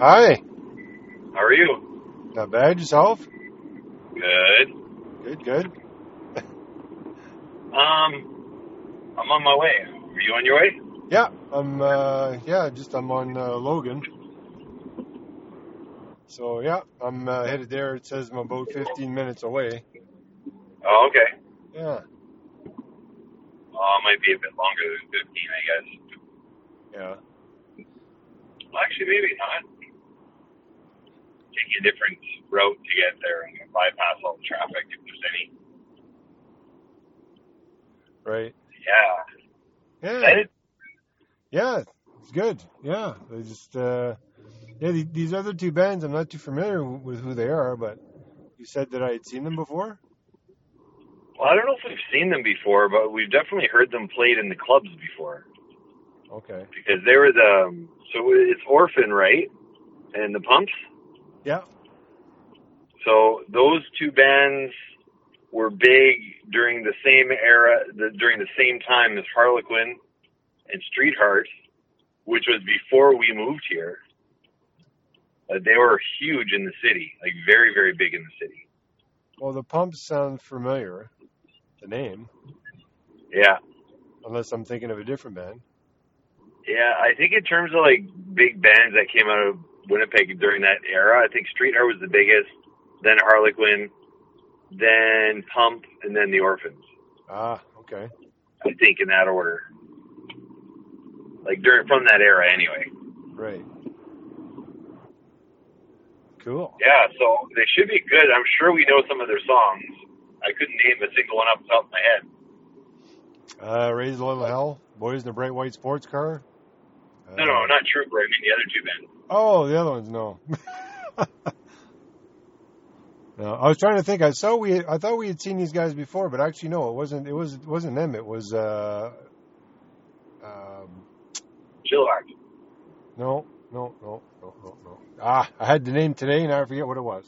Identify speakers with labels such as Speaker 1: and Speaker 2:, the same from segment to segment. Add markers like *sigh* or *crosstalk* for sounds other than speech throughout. Speaker 1: Hi,
Speaker 2: How are you?
Speaker 1: not bad yourself?
Speaker 2: Good.
Speaker 1: Good, good.
Speaker 2: Um, I'm on my way. Are you on your way?
Speaker 1: Yeah, I'm. Uh, yeah, just I'm on uh, Logan. So yeah, I'm uh, headed there. It says I'm about 15 minutes away.
Speaker 2: Oh, okay.
Speaker 1: Yeah,
Speaker 2: Oh, it might be a bit longer than 15, I guess.
Speaker 1: yeah.
Speaker 2: Well, actually, maybe not. Take a different route to get there and bypass all the traffic if there's any.
Speaker 1: Right.
Speaker 2: Yeah.
Speaker 1: Yeah,
Speaker 2: Excited?
Speaker 1: yeah. It's good. Yeah, they just. Uh, yeah, the, these other two bands, I'm not too familiar w- with who they are, but you said that I had seen them before.
Speaker 2: Well, I don't know if we've seen them before, but we've definitely heard them played in the clubs before
Speaker 1: Okay.
Speaker 2: because they were the. So it's Orphan, right? And the Pumps.
Speaker 1: Yeah.
Speaker 2: So those two bands were big during the same era, the, during the same time as Harlequin and Streetheart, which was before we moved here. Uh, they were huge in the city, like very, very big in the city.
Speaker 1: Well, the pumps sound familiar, the name,
Speaker 2: Yeah,
Speaker 1: unless I'm thinking of a different band.
Speaker 2: yeah. I think in terms of like big bands that came out of Winnipeg during that era, I think Streetheart was the biggest, then Harlequin, then Pump, and then the Orphans.
Speaker 1: Ah, okay.
Speaker 2: I think in that order, like during from that era, anyway.
Speaker 1: Right. Cool.
Speaker 2: Yeah, so they should be good. I'm sure we know some of their songs. I couldn't name a single one off the top of my head.
Speaker 1: Uh, raise a little hell. Boys in a bright white sports car.
Speaker 2: No, no,
Speaker 1: Uh,
Speaker 2: not Trooper. I mean the other two bands.
Speaker 1: oh, the other ones no. *laughs* no, I was trying to think. I saw we. I thought we had seen these guys before, but actually no, it wasn't. It was it wasn't them. It was uh, um,
Speaker 2: Chillax.
Speaker 1: no, no, no, no, no, no. Ah, I had the name today, and I forget what it was.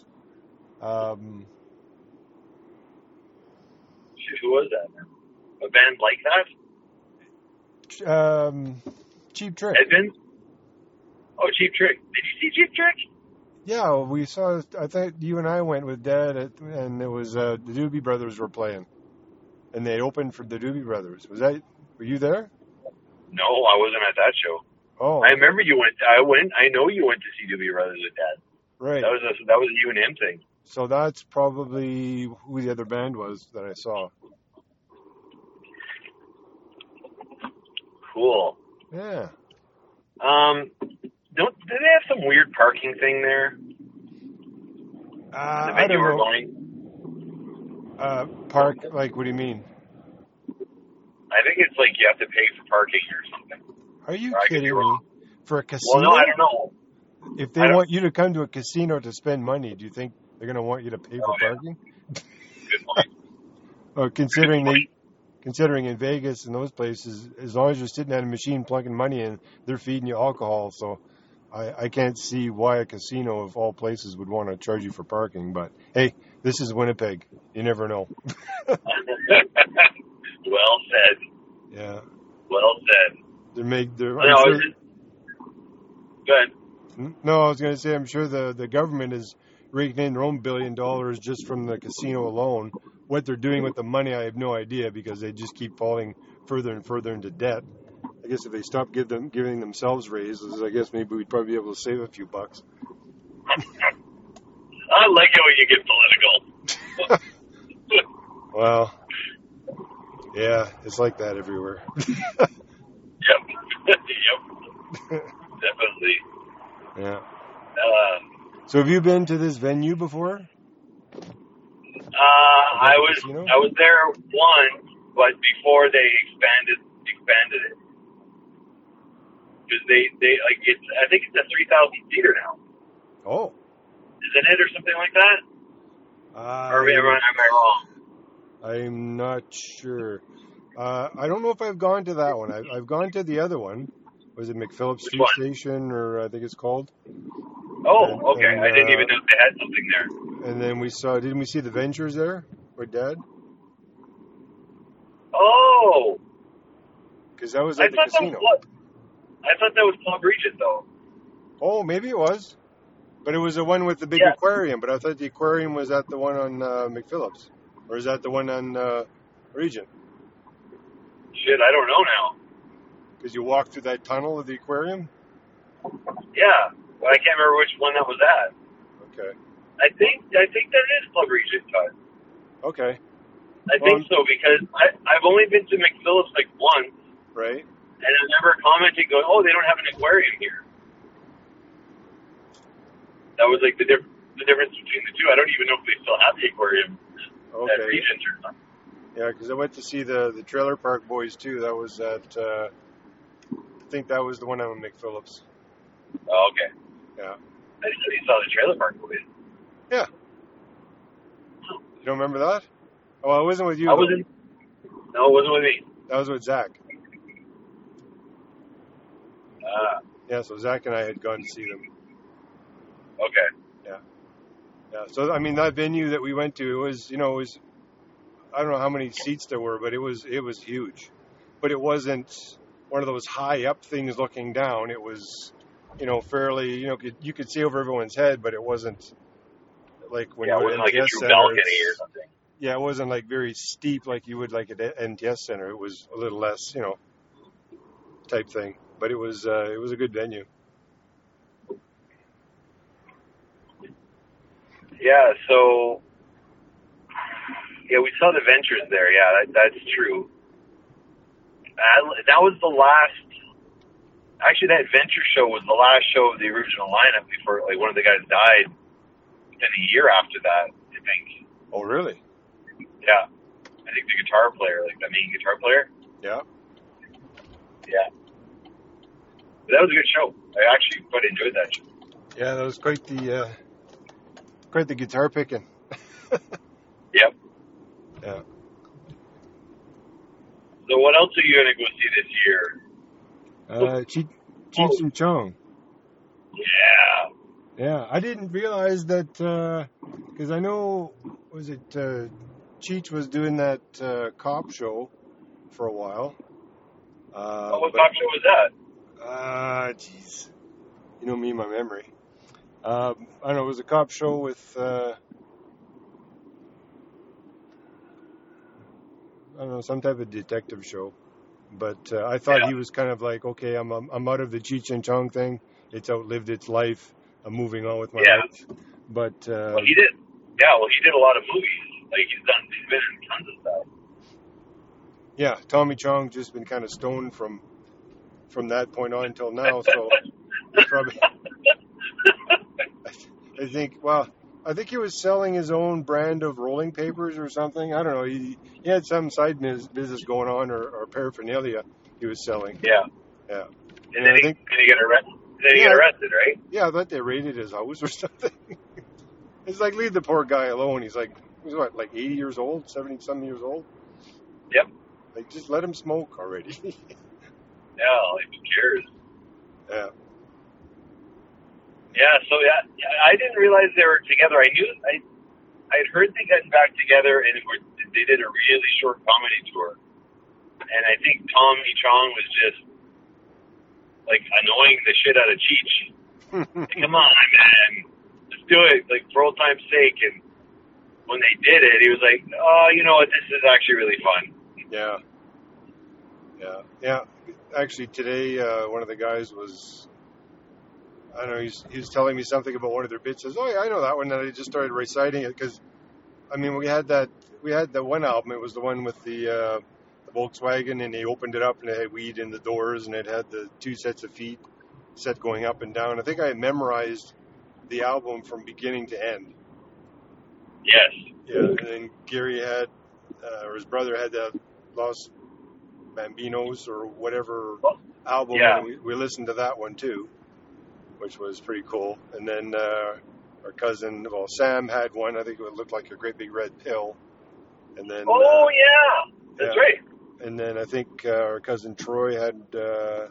Speaker 1: Um,
Speaker 2: Shoot, Who was that? man? A band like that?
Speaker 1: ch- um, Cheap Trick.
Speaker 2: Edmonds? Oh, Cheap Trick. Did you see Cheap Trick?
Speaker 1: Yeah, we saw. I think you and I went with Dad, at, and it was uh, the Doobie Brothers were playing, and they opened for the Doobie Brothers. Was that? Were you there?
Speaker 2: No, I wasn't at that show.
Speaker 1: Oh,
Speaker 2: I remember you went. I went. I know you went to see Doobie Brothers with Dad.
Speaker 1: right.
Speaker 2: That was a, that was a you and him thing.
Speaker 1: So that's probably who the other band was that I saw.
Speaker 2: Cool.
Speaker 1: Yeah.
Speaker 2: Um, don't do they have some weird parking thing there?
Speaker 1: Uh, I
Speaker 2: The venue
Speaker 1: don't
Speaker 2: we're
Speaker 1: know.
Speaker 2: going.
Speaker 1: Uh, park, like, what do you mean?
Speaker 2: I think it's like you have to pay for parking or something.
Speaker 1: Are you
Speaker 2: Or I could be
Speaker 1: kidding
Speaker 2: wrong.
Speaker 1: me? For a
Speaker 2: Well, no, I
Speaker 1: casino?
Speaker 2: don't know.
Speaker 1: If
Speaker 2: I
Speaker 1: they
Speaker 2: don't.
Speaker 1: want you to come to a casino to spend money, do you think they're going to want you to pay for
Speaker 2: Oh yeah,
Speaker 1: parking?
Speaker 2: good point. *laughs*
Speaker 1: Or
Speaker 2: Good
Speaker 1: considering they,
Speaker 2: point.
Speaker 1: considering in Vegas and those places, as long as you're sitting at a machine plunking money in, they're feeding you alcohol. So I, I can't see why a casino of all places would want to charge you for parking. But hey, this is Winnipeg. You never know.
Speaker 2: well said.
Speaker 1: Yeah.
Speaker 2: Well said.
Speaker 1: They're make, they're,
Speaker 2: No,
Speaker 1: I'm
Speaker 2: I was
Speaker 1: sure
Speaker 2: just good.
Speaker 1: No, I was going to say, I'm sure the, the government is raking in their own billion dollars just from the casino alone. What they're doing with the money, I have no idea because they just keep falling further and further into debt. I guess if they stop give them, giving themselves raises, I guess maybe we'd probably be able to save a few bucks.
Speaker 2: I like it when you get political.
Speaker 1: Well, yeah, it's like that everywhere. *laughs*
Speaker 2: yep. *laughs* yep.
Speaker 1: *laughs*
Speaker 2: Definitely.
Speaker 1: yeah.
Speaker 2: Uh,
Speaker 1: So have you been to this venue before?
Speaker 2: uh,
Speaker 1: Is that
Speaker 2: I
Speaker 1: the
Speaker 2: was
Speaker 1: casino?
Speaker 2: I was there once, but before they expanded expanded it because they they like it's I think it's a three thousand seater now,
Speaker 1: Oh,
Speaker 2: isn't it, or something like that? Or am
Speaker 1: I
Speaker 2: I, am I wrong?
Speaker 1: I'm not sure. Uh, I don't know if I've gone to that one. I've, I've gone to the other one. Was it McPhillips
Speaker 2: Which
Speaker 1: Street
Speaker 2: one?
Speaker 1: Station, or I think it's called? And
Speaker 2: Oh, okay.
Speaker 1: and
Speaker 2: I didn't even
Speaker 1: uh,
Speaker 2: know they had something there.
Speaker 1: and then we saw. Didn't we see the Ventures there with Dad?
Speaker 2: Oh,
Speaker 1: Because that was
Speaker 2: I
Speaker 1: at the
Speaker 2: thought that was
Speaker 1: casino.
Speaker 2: Club. I thought that was Club Regent though.
Speaker 1: Oh, maybe it was, but it was the one with the big
Speaker 2: Yeah.
Speaker 1: aquarium. But I thought the aquarium was at the one on uh, McPhillips, or is that the one on uh, Regent?
Speaker 2: Shit, I don't know now.
Speaker 1: Because you walk through that tunnel of the aquarium.
Speaker 2: Yeah, but I can't remember which one that was at.
Speaker 1: Okay.
Speaker 2: I think I think that is Club Regent Todd.
Speaker 1: Okay.
Speaker 2: I
Speaker 1: Um,
Speaker 2: think so because I I've only been to McPhillips like once,
Speaker 1: Right.
Speaker 2: and I remember commenting going, "Oh, they don't have an aquarium here." That was like the diff- the difference between the two. I don't even know if they still have the aquarium at
Speaker 1: Okay.
Speaker 2: Regent or not.
Speaker 1: Yeah, because I went to see the the Trailer Park Boys too. That was at. Uh, I think that was the one on McPhillips.
Speaker 2: Oh, okay.
Speaker 1: Yeah.
Speaker 2: I didn't know you saw the trailer park movie.
Speaker 1: You don't remember that? Oh, I wasn't with you.
Speaker 2: I
Speaker 1: though.
Speaker 2: wasn't. No, it wasn't with me.
Speaker 1: That was with Zach.
Speaker 2: Uh,
Speaker 1: Yeah, so Zach and I had gone to see them.
Speaker 2: okay.
Speaker 1: Yeah, so I mean that venue that we went to, it was you know it was, I don't know how many seats there were, but it was it was huge, but it wasn't one of those high up things looking down. It was, you know, fairly you know could, you could see over everyone's head, but it wasn't like when
Speaker 2: yeah, it
Speaker 1: you go to
Speaker 2: wasn't like a
Speaker 1: NTS
Speaker 2: true
Speaker 1: Center.
Speaker 2: balcony
Speaker 1: it's-
Speaker 2: or something.
Speaker 1: yeah, it wasn't like very steep like you would like at a- NTS Center. It was a little less you know type thing, but it was uh, it was a good venue.
Speaker 2: Yeah. So. Yeah, we saw the ventures there. Yeah, that, that's true. That, that was the last. Actually, that venture show was the last show of the original lineup before, like, one of the guys died. Within a year after that, I think.
Speaker 1: Oh really?
Speaker 2: Yeah, I think the guitar player, like the main guitar player.
Speaker 1: Yeah.
Speaker 2: Yeah. But that was a good show. I actually quite enjoyed that show.
Speaker 1: Yeah, that was quite the uh, quite the guitar picking. *laughs*
Speaker 2: Yep.
Speaker 1: Yeah.
Speaker 2: So what else are you gonna go see this year?
Speaker 1: Uh, Cheech, Cheech and Chong.
Speaker 2: Yeah.
Speaker 1: Yeah, I didn't realize that because I know was it uh, Cheech was doing that uh, cop show for a while. Uh,
Speaker 2: Oh, what
Speaker 1: but-
Speaker 2: pop show was that?
Speaker 1: Ah, jeez, you know me, and my memory. Um, I don't know. It was a cop show with. Uh, I don't know, some type of detective show. But uh, I thought
Speaker 2: Yeah.
Speaker 1: he was kind of like, okay, I'm, I'm I'm out of the Cheech and Chong thing. It's outlived its life. I'm moving on with my
Speaker 2: Yeah.
Speaker 1: life. But uh,
Speaker 2: Well, he did. Yeah. Well, he did a lot of movies. Like he's done. He's been in tons of stuff.
Speaker 1: yeah, Tommy Chong just been kind of stoned from from that point on until now. So probably, *laughs* I think, well, I think he was selling his own brand of rolling papers or something. I don't know. He, he had some side bus- business going on or, or paraphernalia he was selling.
Speaker 2: Yeah.
Speaker 1: Yeah.
Speaker 2: And
Speaker 1: Yeah,
Speaker 2: then
Speaker 1: I
Speaker 2: he,
Speaker 1: think-
Speaker 2: then he got arrested. Then he
Speaker 1: Yeah.
Speaker 2: got arrested, right?
Speaker 1: Yeah, I thought they raided his house or *laughs* something. it's like leave the poor guy alone. He's like he's what, like eighty years old, seventy some years old?
Speaker 2: Yep.
Speaker 1: Like just let him smoke already. *laughs*
Speaker 2: Yeah. Like who cares?
Speaker 1: yeah.
Speaker 2: Yeah, so yeah, yeah, I didn't realize they were together. I knew I I'd heard they gotten back together and were, they did a really short comedy tour. And I think Tommy Chong was just like annoying the shit out of
Speaker 1: *laughs*
Speaker 2: Cheech. Like, Come on, man, let's do it, like for old time's sake. And when they did it, he was like, "Oh, you know what? This is actually really fun."
Speaker 1: yeah. Yeah. Yeah. Actually today uh, one of the guys was I don't know, he's he was telling me something about one of their bits. Says, "Oh yeah, I know that one." And I just started reciting it because, I mean, we had that we had the one album. It was the one with the, uh, the Volkswagen, and they opened it up and it had weed in the doors, and it had the two sets of feet set going up and down. I think I memorized the album from beginning to end.
Speaker 2: Yes.
Speaker 1: Yeah, and then Gary had, uh, or his brother had that Los Bambinos or whatever album,
Speaker 2: Yeah.
Speaker 1: and we, we listened to that one too, which was pretty cool. And then uh, our cousin, well, Sam had one. I think it looked like a great big red pill. And then,
Speaker 2: Oh
Speaker 1: uh,
Speaker 2: yeah, that's
Speaker 1: yeah.
Speaker 2: right.
Speaker 1: and then I think uh, our cousin Troy had, uh,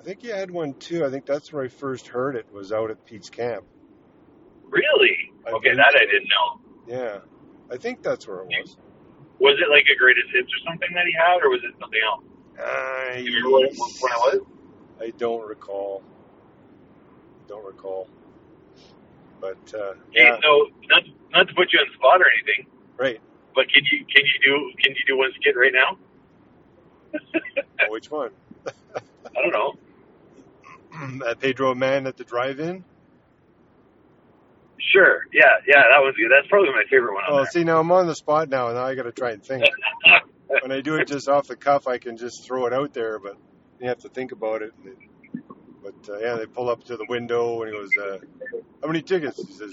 Speaker 1: I think he had one too. I think that's where I first heard it was out at Pete's camp.
Speaker 2: Really?
Speaker 1: I
Speaker 2: Okay,
Speaker 1: believe
Speaker 2: that I
Speaker 1: so.
Speaker 2: didn't know.
Speaker 1: Yeah, I think that's where it was.
Speaker 2: Was it like a greatest hits or something that he had, or was it something else?
Speaker 1: I,
Speaker 2: Do you remember what, what, when it was?
Speaker 1: I don't recall. don't recall. But uh,
Speaker 2: Hey,
Speaker 1: yeah,
Speaker 2: so not not to put you on the spot or anything,
Speaker 1: right.
Speaker 2: but can you can you do can you do one skit right now?
Speaker 1: Which one? *clears throat*
Speaker 2: I don't know.
Speaker 1: uh, Pedro Man at the drive-in.
Speaker 2: Sure. Yeah, yeah, that was good. That's probably my favorite one *laughs*
Speaker 1: Oh,
Speaker 2: on
Speaker 1: see, now I'm on the spot now, and now I got to try and *laughs* think.
Speaker 2: there.
Speaker 1: When I do it just off the cuff, I can just throw it out there, but you have to think about it. And it- But uh, yeah, they pull up to the window, and he goes, uh, "How many tickets?" He says,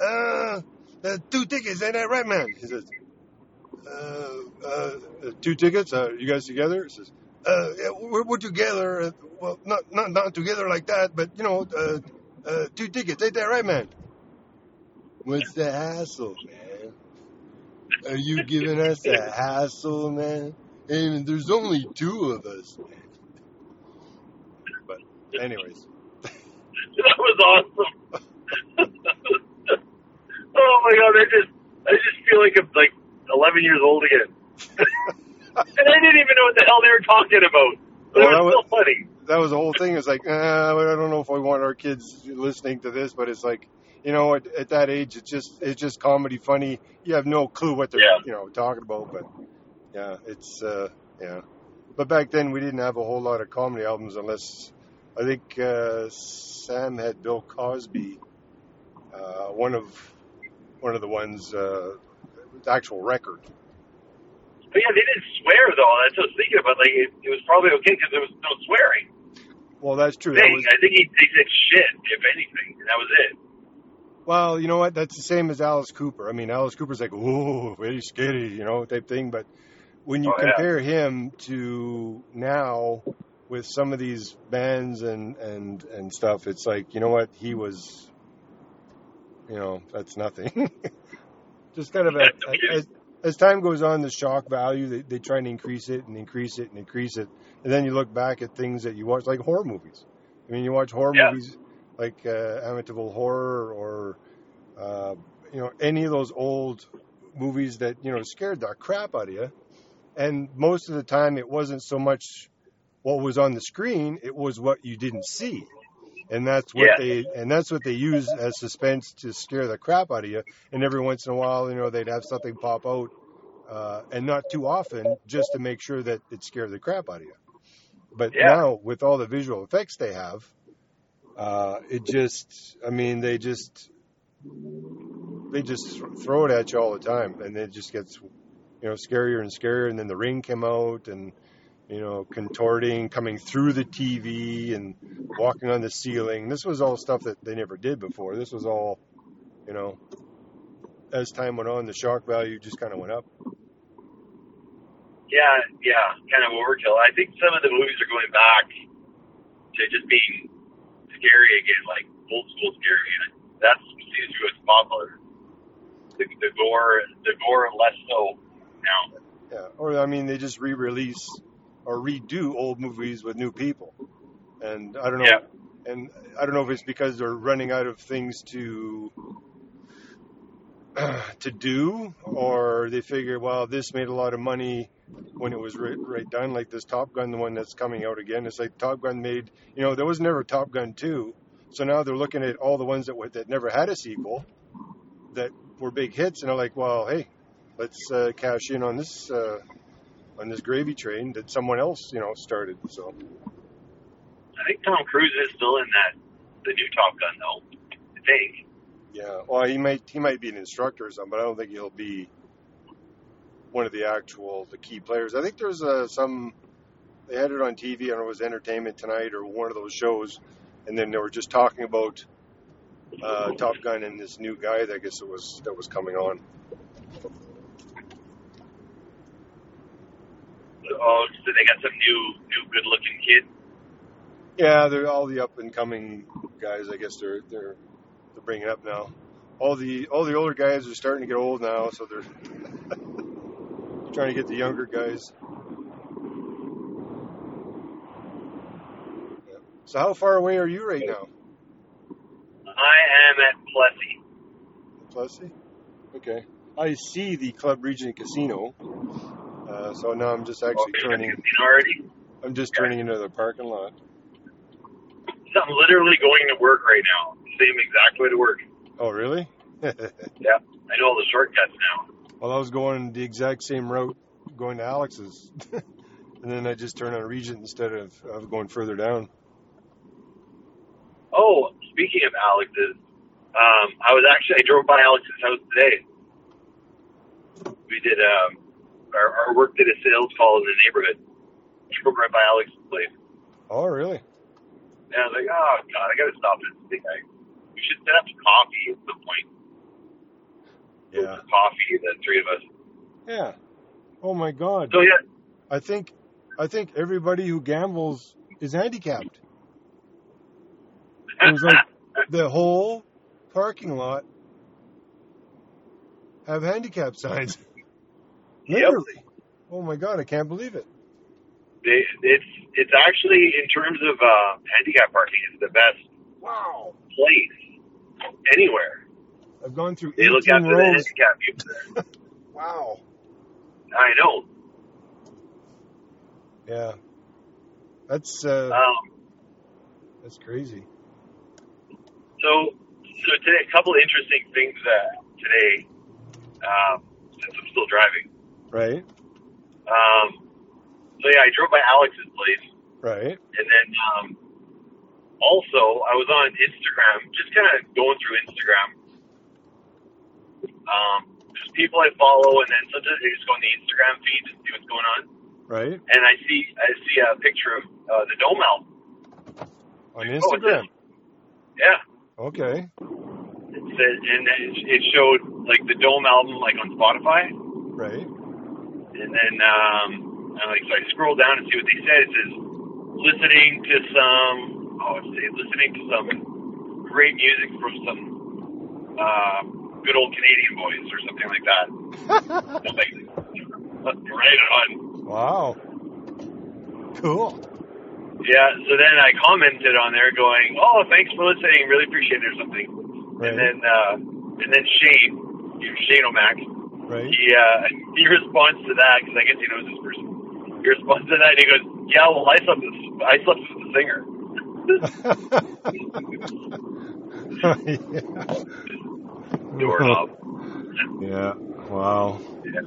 Speaker 1: "Uh, uh two tickets." Ain't that right, man? He says, uh, uh, two tickets. Uh, you guys together? He says, uh, yeah, we're, we're together. Uh, well, not not not together like that, but you know, uh, uh, two tickets. Ain't that right, man? What's the hassle, man? Are you giving us a hassle, man? And there's only two of us, man. But anyways,
Speaker 2: that was awesome. *laughs* oh my god, I just I just feel like I'm like eleven years old again. *laughs* and I didn't even know what the hell they were talking about. But
Speaker 1: Well,
Speaker 2: it was
Speaker 1: that
Speaker 2: so funny.
Speaker 1: that was the whole thing. It's like, uh, I don't know if we want our kids listening to this, but it's like, you know, at, at that age, it's just it's just comedy, funny. You have no clue what they're
Speaker 2: Yeah.
Speaker 1: you know talking about, but yeah, it's uh, yeah. But back then, we didn't have a whole lot of comedy albums, unless I think uh, Sam had Bill Cosby, uh, one of one of the ones, uh, the actual record.
Speaker 2: But yeah, they didn't swear though. That's what I was thinking about. Like it, it was probably okay because there was no swearing.
Speaker 1: Well, that's true. That
Speaker 2: They,
Speaker 1: was
Speaker 2: I think he, they said shit, if anything, and that was it.
Speaker 1: Well, you know what? That's the same as Alice Cooper. I mean, Alice Cooper's like, "Whoa, very scary," you know, type thing. But when you
Speaker 2: Oh, yeah.
Speaker 1: compare him to now with some of these bands and and and stuff, it's like, you know what? He was, you know, that's nothing. *laughs* Just kind of a, as, as time goes on, the shock value they, they try and increase it and increase it and increase it, and then you look back at things that you watch, like horror movies. I mean, you watch horror
Speaker 2: Yeah.
Speaker 1: movies like uh, Amityville Horror or uh, you know, any of those old movies that, you know, scared the crap out of you. And most of the time, it wasn't so much what was on the screen, it was what you didn't see. And that's what
Speaker 2: Yeah.
Speaker 1: they and that's what they use as suspense to scare the crap out of you. And every once in a while, you know, they'd have something pop out, uh, and not too often, just to make sure that it scared the crap out of you. But
Speaker 2: Yeah.
Speaker 1: now, with all the visual effects they have, uh, it just, I mean, they just they just th- throw it at you all the time, and it just gets you know scarier and scarier. And then the ring came out, and you know contorting, coming through the TV, and walking on the ceiling. This was all stuff that they never did before. This was all you know. As time went on, the shock value just kind of went up.
Speaker 2: Yeah, yeah, kind of overkill. I think some of the movies are going back to just being scary again, like old school scary. And that's what seems to be what's popular. The, the gore, the gore less so now.
Speaker 1: Yeah, or I mean, they just re-release or redo old movies with new people, and I don't know.
Speaker 2: Yeah.
Speaker 1: And I don't know if it's because they're running out of things to *clears throat* to do, or they figure, well, this made a lot of money when it was right, right done, like this Top Gun, the one that's coming out again. It's like Top Gun made, you know, there was never Top Gun 2. So now they're looking at all the ones that were, that never had a sequel that were big hits, and they're like, well, hey, let's uh, cash in on this uh, on this gravy train that someone else, you know, started. So
Speaker 2: I think Tom Cruise is still in that, the new Top Gun though. I think.
Speaker 1: yeah, well, he might he might be an instructor or something, but I don't think he'll be one of the actual the key players. I think there's uh, some they had it on TV. I don't know, it was Entertainment Tonight or one of those shows, and then they were just talking about uh, Top Gun and this new guy. That I guess it was that was coming on.
Speaker 2: Oh, so they got some new, new good looking kid.
Speaker 1: Yeah, they're all the up and coming guys. I guess they're they're they're bringing up now. All the all the older guys are starting to get old now, so they're *laughs* trying to get the younger guys. So how far away are you right now,
Speaker 2: I am at Plessy.
Speaker 1: Plessy? Okay, I see the Club Region Casino. Uh, so now I'm just
Speaker 2: Oh,
Speaker 1: actually
Speaker 2: you got the
Speaker 1: turning.
Speaker 2: casino already?
Speaker 1: I'm just
Speaker 2: Okay.
Speaker 1: turning into the parking lot.
Speaker 2: Is I'm literally going to work right now. Same exact way to work.
Speaker 1: Oh, really? *laughs*
Speaker 2: Yeah, I know all the shortcuts now.
Speaker 1: Well, I was going the exact same route going to Alex's. *laughs* and then I just turned on Regent instead of, of going further down.
Speaker 2: Oh, speaking of Alex's, um, I was actually I drove by Alex's house today. We did um, our, our work did a sales call in the neighborhood. Drove right by Alex's place.
Speaker 1: Oh, really?
Speaker 2: And I was like, oh god, I gotta stop this thing. I, we should set up coffee at some point. Go
Speaker 1: Yeah.
Speaker 2: for coffee, the three of us.
Speaker 1: Yeah. Oh, my God.
Speaker 2: So yeah,
Speaker 1: I think I think everybody who gambles is handicapped. It was like the whole parking lot have handicap signs. *laughs*
Speaker 2: Yep.
Speaker 1: Literally. Oh my god, I can't believe it.
Speaker 2: they, it's it's actually in terms of uh, handicap parking, it's the best
Speaker 1: Wow.
Speaker 2: place anywhere.
Speaker 1: I've gone through
Speaker 2: They look
Speaker 1: 18
Speaker 2: after the
Speaker 1: rows.
Speaker 2: handicap people there.
Speaker 1: Wow.
Speaker 2: I know.
Speaker 1: Yeah. That's uh
Speaker 2: Um,
Speaker 1: that's crazy.
Speaker 2: So, so today, a couple of interesting things uh, today, um, since I'm still driving.
Speaker 1: Right?
Speaker 2: Um, so yeah, I drove by Alex's place,
Speaker 1: Right.
Speaker 2: and then um, also I was on Instagram, just kind of going through Instagram. Um, just people I follow, and then sometimes I just go on the Instagram feed to see what's going on,
Speaker 1: Right?
Speaker 2: and I see I see a picture of uh, the Dome Elf.
Speaker 1: On
Speaker 2: Oh, it says-
Speaker 1: Instagram.
Speaker 2: yeah,
Speaker 1: Okay.
Speaker 2: it said, and it, it showed like the Dome album like on Spotify.
Speaker 1: Right.
Speaker 2: And then um, I'm like, so I scroll down and see what they said. It says listening to some, oh, let's see, listening to some great music from some uh, good old Canadian boys or something like that. I'm like, right on.
Speaker 1: Wow. Cool.
Speaker 2: Yeah. So then I commented on there, going, oh, thanks for listening, really appreciate it or something.
Speaker 1: Right.
Speaker 2: And then uh, and then Shane, you know, Shane O'Mac,
Speaker 1: right.
Speaker 2: he uh, he responds to that because I guess he knows this person. He responds to that and he goes, "Yeah, well, I slept with I slept with the singer."
Speaker 1: *laughs*
Speaker 2: Doorknob.
Speaker 1: yeah. Wow.
Speaker 2: yeah.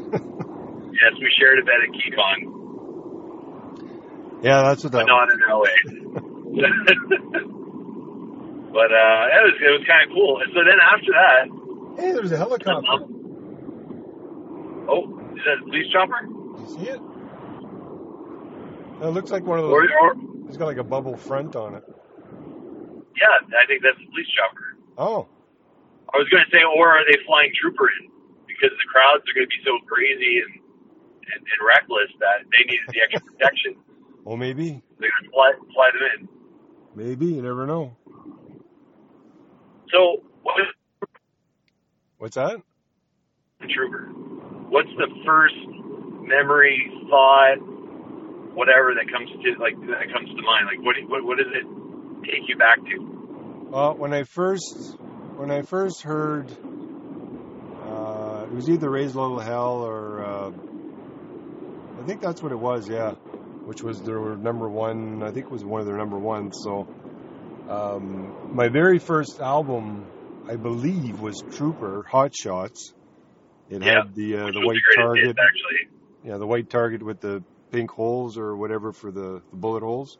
Speaker 2: yes, we shared a bed at KeyCon,
Speaker 1: Yeah, that's what
Speaker 2: but
Speaker 1: that
Speaker 2: not in LA. but uh, it was it was kind of cool. And so then after that,
Speaker 1: was. Hey, there's a helicopter.
Speaker 2: um, oh, is that a police chopper?
Speaker 1: You see it? It looks like one of
Speaker 2: Or,
Speaker 1: those.
Speaker 2: or
Speaker 1: It's got like a bubble front on it.
Speaker 2: yeah, I think that's a police chopper.
Speaker 1: Oh,
Speaker 2: I was going to say, or are they flying trooper in? Because the crowds are going to be so crazy and, and, and reckless that they needed the
Speaker 1: *laughs*
Speaker 2: extra protection.
Speaker 1: well, maybe,
Speaker 2: They're going to fly, fly them in.
Speaker 1: maybe you never know.
Speaker 2: So what was
Speaker 1: What's that?
Speaker 2: the trooper? What's the first memory, thought, whatever that comes to like that comes to mind? Like what what, what does it take you back to?
Speaker 1: Uh, when I first, when I first heard, uh, it was either "Raise a Little Hell" or uh, I think that's what it was. Yeah, which was their number one. I think it was one of their number ones. So, um, my very first album, I believe, was Trooper Hot Shots. It
Speaker 2: Yeah,
Speaker 1: had the uh,
Speaker 2: Which
Speaker 1: the
Speaker 2: was
Speaker 1: white
Speaker 2: the greatest
Speaker 1: target
Speaker 2: hits, actually.
Speaker 1: Yeah, the white target with the pink holes or whatever for the, the bullet holes.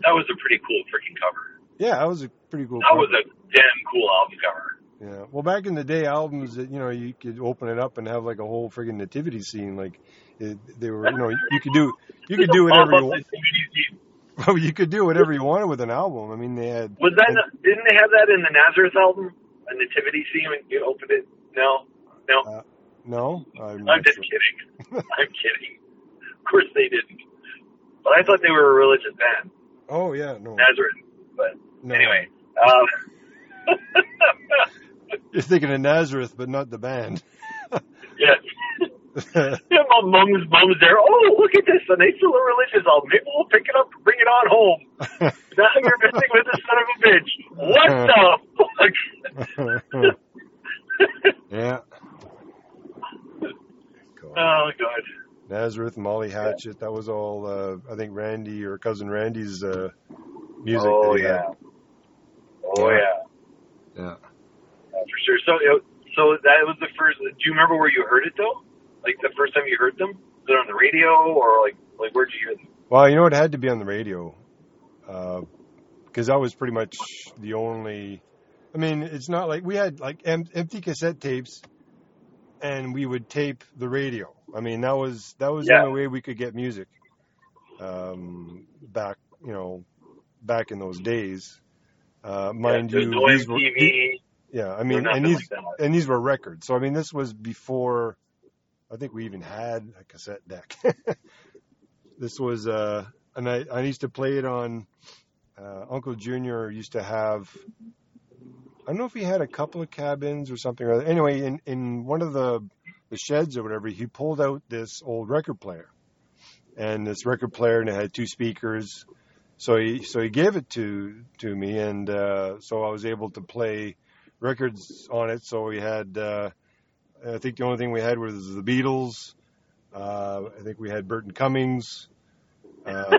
Speaker 2: That was a pretty cool freaking cover.
Speaker 1: Yeah, that was a pretty cool.
Speaker 2: That
Speaker 1: cover.
Speaker 2: was a damn cool album cover.
Speaker 1: yeah. Well, back in the day, albums that you know you could open it up and have like a whole friggin' nativity scene. Like it, they were, you know, you could do you could do whatever you *laughs* want. You could do whatever you wanted with an album. I mean, they had
Speaker 2: Was that not, didn't they have that in the Nazareth album? A nativity scene when you opened it? No, no.
Speaker 1: no. I'm
Speaker 2: I'm
Speaker 1: not
Speaker 2: just
Speaker 1: sure.
Speaker 2: kidding. *laughs* I'm kidding. Of course they didn't. But I thought they were a religious band,
Speaker 1: Oh yeah, no.
Speaker 2: Nazareth. But
Speaker 1: no.
Speaker 2: anyway, um, *laughs*
Speaker 1: you're thinking of Nazareth, but not the band. *laughs*
Speaker 2: yes. Yeah, my mom's mom's there. Oh, look at this! A nice little religious album. Maybe we'll pick it up, and bring it on home. Now you're messing with the son of a bitch. What the fuck? Uh,
Speaker 1: yeah. God.
Speaker 2: Oh god.
Speaker 1: Nazareth, Molly Hatchet. That was all. Uh, I think Randy or cousin Randy's uh, music.
Speaker 2: oh
Speaker 1: they had.
Speaker 2: yeah. Oh
Speaker 1: Yeah.
Speaker 2: yeah.
Speaker 1: Yeah.
Speaker 2: Uh, for sure. So it, so that was the first. Do you remember where you heard it though? Like the first time you heard them? Was it on the radio or like like where did you hear them?
Speaker 1: Well, you know, it had to be on the radio, because that was pretty much the only. I mean, it's not like we had like em- empty cassette tapes, and we would tape the radio. I mean, that was that was the
Speaker 2: Yeah.
Speaker 1: only way we could get music um, back. You know, back in those days, uh, mind
Speaker 2: yeah, there's
Speaker 1: you,
Speaker 2: no
Speaker 1: these were
Speaker 2: MTV
Speaker 1: yeah. I
Speaker 2: or
Speaker 1: mean,
Speaker 2: nothing
Speaker 1: and these
Speaker 2: like
Speaker 1: *laughs*
Speaker 2: that. *laughs*
Speaker 1: and these were records. So I mean, this was before. I think we even had a cassette deck. *laughs* this was, uh, and I, I used to play it on. Uh, Uncle Junior used to have. I don't know if he had a couple of cabins or something. Or other. Anyway, in in one of the the sheds or whatever, he pulled out this old record player, and this record player and it had two speakers. So he so he gave it to to me, and uh, so I was able to play records on it. So we had. Uh, I think the only thing we had was the Beatles. Uh, I think we had Burton Cummings.
Speaker 2: *laughs*
Speaker 1: Uh,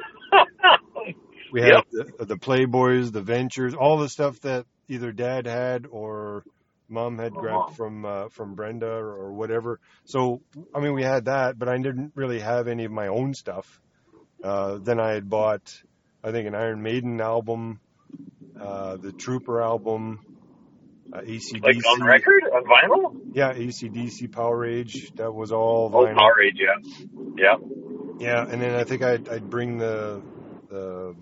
Speaker 1: we had the, the Playboys, the Ventures, all the stuff that either Dad had or Mom had
Speaker 2: Oh,
Speaker 1: grabbed
Speaker 2: wow.
Speaker 1: from uh, from Brenda or, or whatever. So I mean, we had that, but I didn't really have any of my own stuff. Uh, then I had bought, I think, an Iron Maiden album, uh, the Trooper album, uh,
Speaker 2: like
Speaker 1: ACDC.
Speaker 2: on record on vinyl?
Speaker 1: Yeah, ACDC Power Age. That was all
Speaker 2: Oh,
Speaker 1: vinyl.
Speaker 2: Powerade, yeah, yeah.
Speaker 1: Yeah, and then I think I'd, I'd bring the the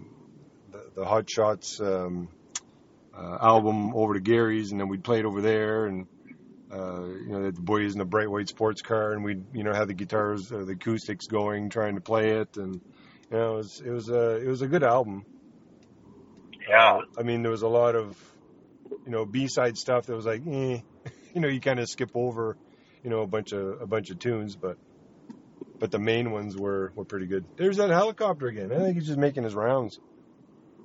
Speaker 1: the, the Hot Shots um, uh, album over to Gary's, and then we'd play it over there, and uh, you know they had the boys in the bright white sports car, and we'd you know have the guitars or the acoustics going, trying to play it, and you know it was it was a it was a good album.
Speaker 2: Yeah.
Speaker 1: Uh, I mean there was a lot of you know B side stuff that was like, eh, *laughs* you know you kind of skip over, you know a bunch of a bunch of tunes, but but the main ones were were pretty good. There's that helicopter again. I think he's just making his rounds.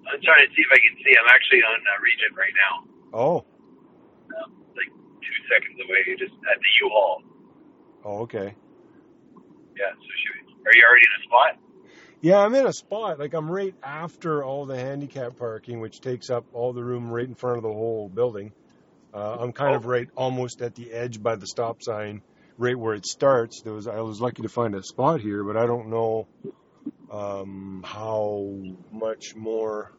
Speaker 2: I'm trying to see if I can see. I'm actually on uh, Regent right now,
Speaker 1: Oh,
Speaker 2: um, like two seconds away, just at the U-Haul.
Speaker 1: oh, okay.
Speaker 2: Yeah. So should we, are you already in a spot?
Speaker 1: Yeah, I'm in a spot. Like I'm right after all the handicap parking, which takes up all the room right in front of the whole building. Uh, I'm kind
Speaker 2: Oh.
Speaker 1: of right almost at the edge by the stop sign, right where it starts. There was I was lucky to find a spot here, but I don't know um, how much more.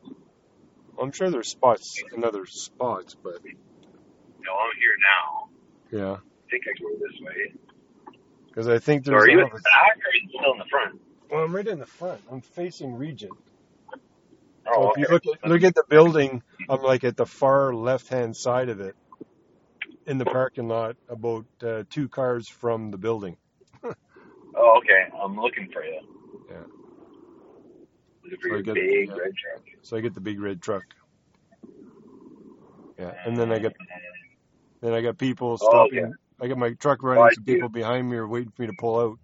Speaker 1: I'm sure there's spots in other spots, but
Speaker 2: No, I'm here now.
Speaker 1: yeah,
Speaker 2: I think I go this way.
Speaker 1: because I think
Speaker 2: So
Speaker 1: there's.
Speaker 2: are you
Speaker 1: I
Speaker 2: in
Speaker 1: don't know
Speaker 2: the
Speaker 1: if
Speaker 2: back or are you still in the front?
Speaker 1: it's- well, I'm right in the front. I'm facing Regent. So
Speaker 2: Oh,
Speaker 1: if you
Speaker 2: okay.
Speaker 1: look at, look at the building, I'm like at the far left hand side of it in the parking lot, about uh, two cars from the building.
Speaker 2: Oh, okay. I'm looking for you.
Speaker 1: Yeah.
Speaker 2: Looking
Speaker 1: So
Speaker 2: for
Speaker 1: I
Speaker 2: your
Speaker 1: get-
Speaker 2: big
Speaker 1: yeah.
Speaker 2: red truck.
Speaker 1: So I get the big red truck. Yeah, and then I got then I got people stopping.
Speaker 2: Oh, yeah.
Speaker 1: I got my truck
Speaker 2: Oh,
Speaker 1: running.
Speaker 2: I
Speaker 1: Some people behind me are waiting for me to pull out.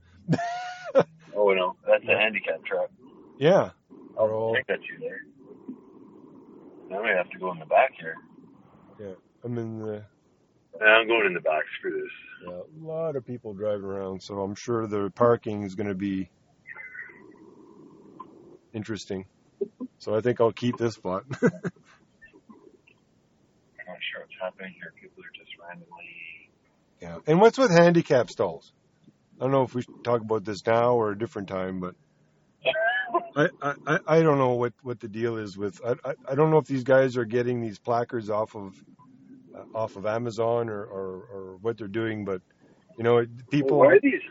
Speaker 2: Oh no, that's
Speaker 1: Yeah.
Speaker 2: a handicap truck.
Speaker 1: Yeah,
Speaker 2: I'll
Speaker 1: They're all-
Speaker 2: check that you there. Now I have to go in the back here.
Speaker 1: I'm in the
Speaker 2: Nah, I'm going in the back. Screw this.
Speaker 1: yeah, a lot of people driving around, so I'm sure the parking is going to be interesting. So I think I'll keep this spot.
Speaker 2: I'm not sure what's happening here. People are just randomly.
Speaker 1: Yeah. And what's with handicap stalls? I don't know if we should talk about this now or a different time, but I, I, I- I don't know what, what the deal is with. I, I, I don't know if these guys are getting these placards off of uh, off of Amazon or, or, or what they're doing, but you know, it- people.
Speaker 2: Why are these?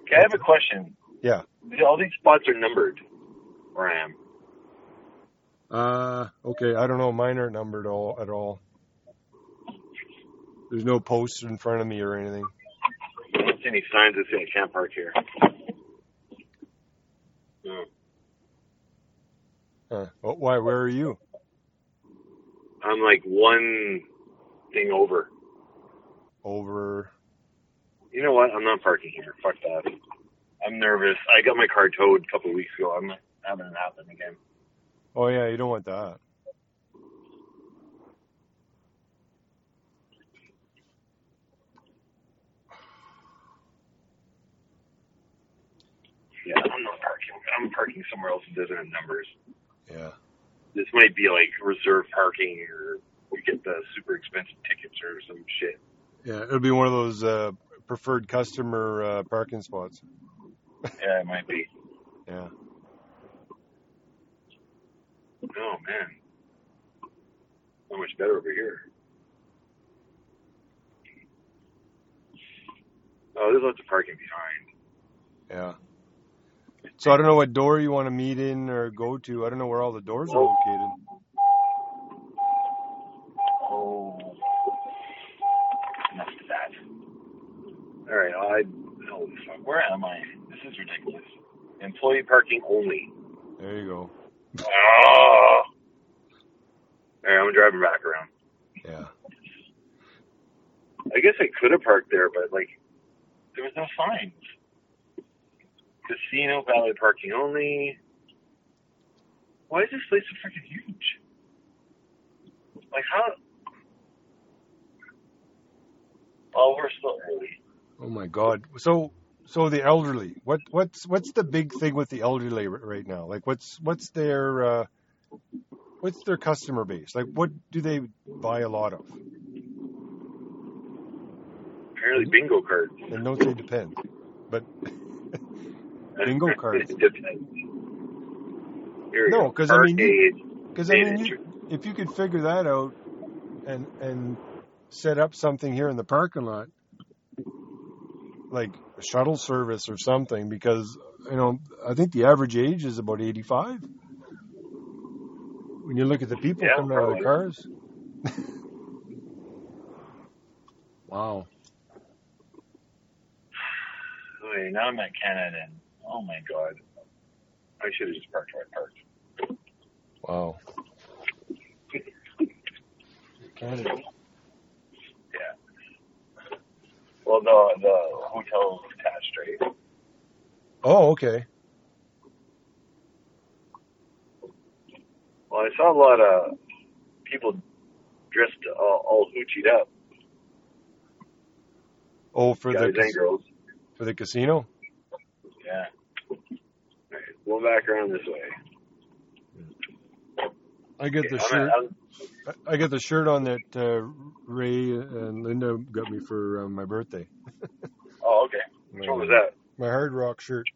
Speaker 2: Okay, I have a question.
Speaker 1: Yeah.
Speaker 2: All these spots are numbered. Where I am.
Speaker 1: Uh, okay, I don't know. Mine aren't numbered all at all. There's no posts in front of me or anything.
Speaker 2: I don't see any signs that say I can't park here. No.
Speaker 1: Huh. Well, why? Where are you?
Speaker 2: I'm like one thing over.
Speaker 1: Over.
Speaker 2: You know what? I'm not parking here. Fuck that. I'm nervous. I got my car towed a couple of weeks ago. I'm not having it happen again.
Speaker 1: Oh yeah, you don't want that.
Speaker 2: Yeah, I'm not parking. I'm parking somewhere else that doesn't have numbers.
Speaker 1: Yeah.
Speaker 2: this might be like reserve parking or we get the super expensive tickets or some shit.
Speaker 1: Yeah, it'll be one of those uh, preferred customer uh, parking spots.
Speaker 2: Yeah, it might be.
Speaker 1: Yeah.
Speaker 2: Oh man, so much better over here. Oh, there's lots of parking behind.
Speaker 1: Yeah. So I don't know what door you want to meet in or go to. I don't know where all the doors are located.
Speaker 2: Oh, enough of that. All right, I holy fuck, where am I? This is ridiculous. Employee parking only.
Speaker 1: There you go.
Speaker 2: Oh. All right, I'm driving back around.
Speaker 1: Yeah.
Speaker 2: I guess I could have parked there, but like there was no signs. Casino valet parking only. Why is this place so freaking huge? Like how? Oh, we're still early.
Speaker 1: Oh my God. So so the elderly. What what's what's the big thing with the elderly r- right now? Like what's what's their uh, what's their customer base? Like what do they buy a lot of?
Speaker 2: Apparently,
Speaker 1: Hmm?
Speaker 2: bingo cards.
Speaker 1: And don't say depends.
Speaker 2: *laughs*
Speaker 1: bingo cards.
Speaker 2: It depends. Here we
Speaker 1: No,
Speaker 2: go.
Speaker 1: 'cause I mean, you-
Speaker 2: Arcade,
Speaker 1: Because I
Speaker 2: state
Speaker 1: mean, you,
Speaker 2: entrance.
Speaker 1: if you could figure that out and and set up something here in the parking lot, like a shuttle service or something, because you know I think the average age is about eighty-five. When you look at the people
Speaker 2: Yeah,
Speaker 1: coming out of
Speaker 2: probably.
Speaker 1: the cars. *laughs* wow.
Speaker 2: Wait, now I'm at Canada. And, oh my god, I should have just parked where I parked. *laughs*
Speaker 1: Wow. Canada.
Speaker 2: Yeah. Well, the the hotel's attached, right?
Speaker 1: Oh, okay.
Speaker 2: Well, I saw a lot of people dressed uh, all hoochied up,
Speaker 1: Oh, for
Speaker 2: guys
Speaker 1: the
Speaker 2: and
Speaker 1: cas-
Speaker 2: girls.
Speaker 1: for the casino.
Speaker 2: Yeah. All right, we'll back around this way.
Speaker 1: I get the
Speaker 2: Okay,
Speaker 1: shirt.
Speaker 2: I'm at- I'm-
Speaker 1: I- I got the shirt on that uh, Ray and Linda got me for uh, my birthday.
Speaker 2: oh, okay. Which one was that?
Speaker 1: My hard rock shirt,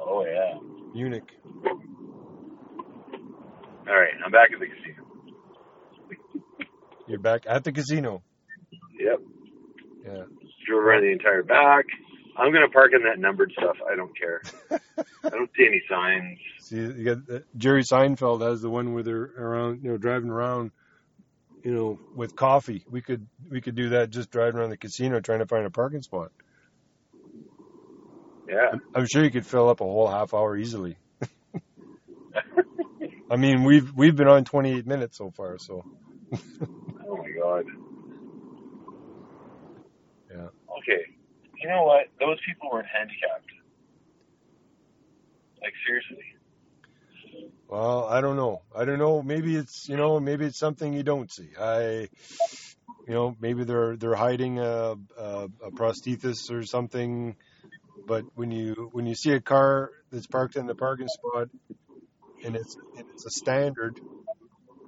Speaker 2: Oh yeah.
Speaker 1: Munich.
Speaker 2: All right, I'm back at the casino.
Speaker 1: You're back at the casino.
Speaker 2: Yep.
Speaker 1: Yeah.
Speaker 2: Drove around the entire back. I'm gonna park in that numbered stuff. I don't
Speaker 1: *laughs*
Speaker 2: care. I don't see any signs.
Speaker 1: See, you got uh, Jerry Seinfeld has the one where they're around, you know, driving around, you know, with coffee. We could we could do that just driving around the casino trying to find a parking spot.
Speaker 2: Yeah.
Speaker 1: I'm sure you could fill up a whole half hour easily. *laughs* I mean, we've we've been on 28 minutes so far, so
Speaker 2: Oh my god.
Speaker 1: Yeah.
Speaker 2: Okay. You know what? Those people weren't handicapped. Like seriously.
Speaker 1: Well, I don't know. I don't know. Maybe it's you know maybe it's something you don't see. I, you know, maybe they're they're hiding a a, a prosthesis or something. But when you when you see a car that's parked in the parking spot, and it's and it's a standard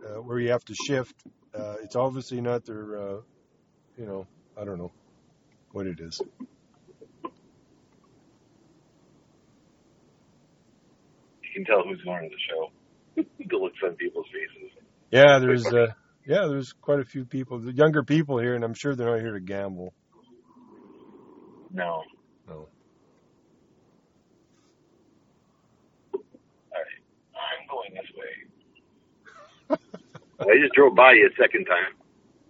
Speaker 1: uh, where you have to shift, uh, it's obviously not their. Uh, you know, I don't know what it is.
Speaker 2: You can tell who's going to the show. the looks on people's faces.
Speaker 1: Yeah, there's uh, yeah, there's quite a few people, the younger people here, and I'm sure they're not here to gamble.
Speaker 2: No.
Speaker 1: No.
Speaker 2: Alright. I'm going this way.
Speaker 1: *laughs*
Speaker 2: I just drove by you a second time.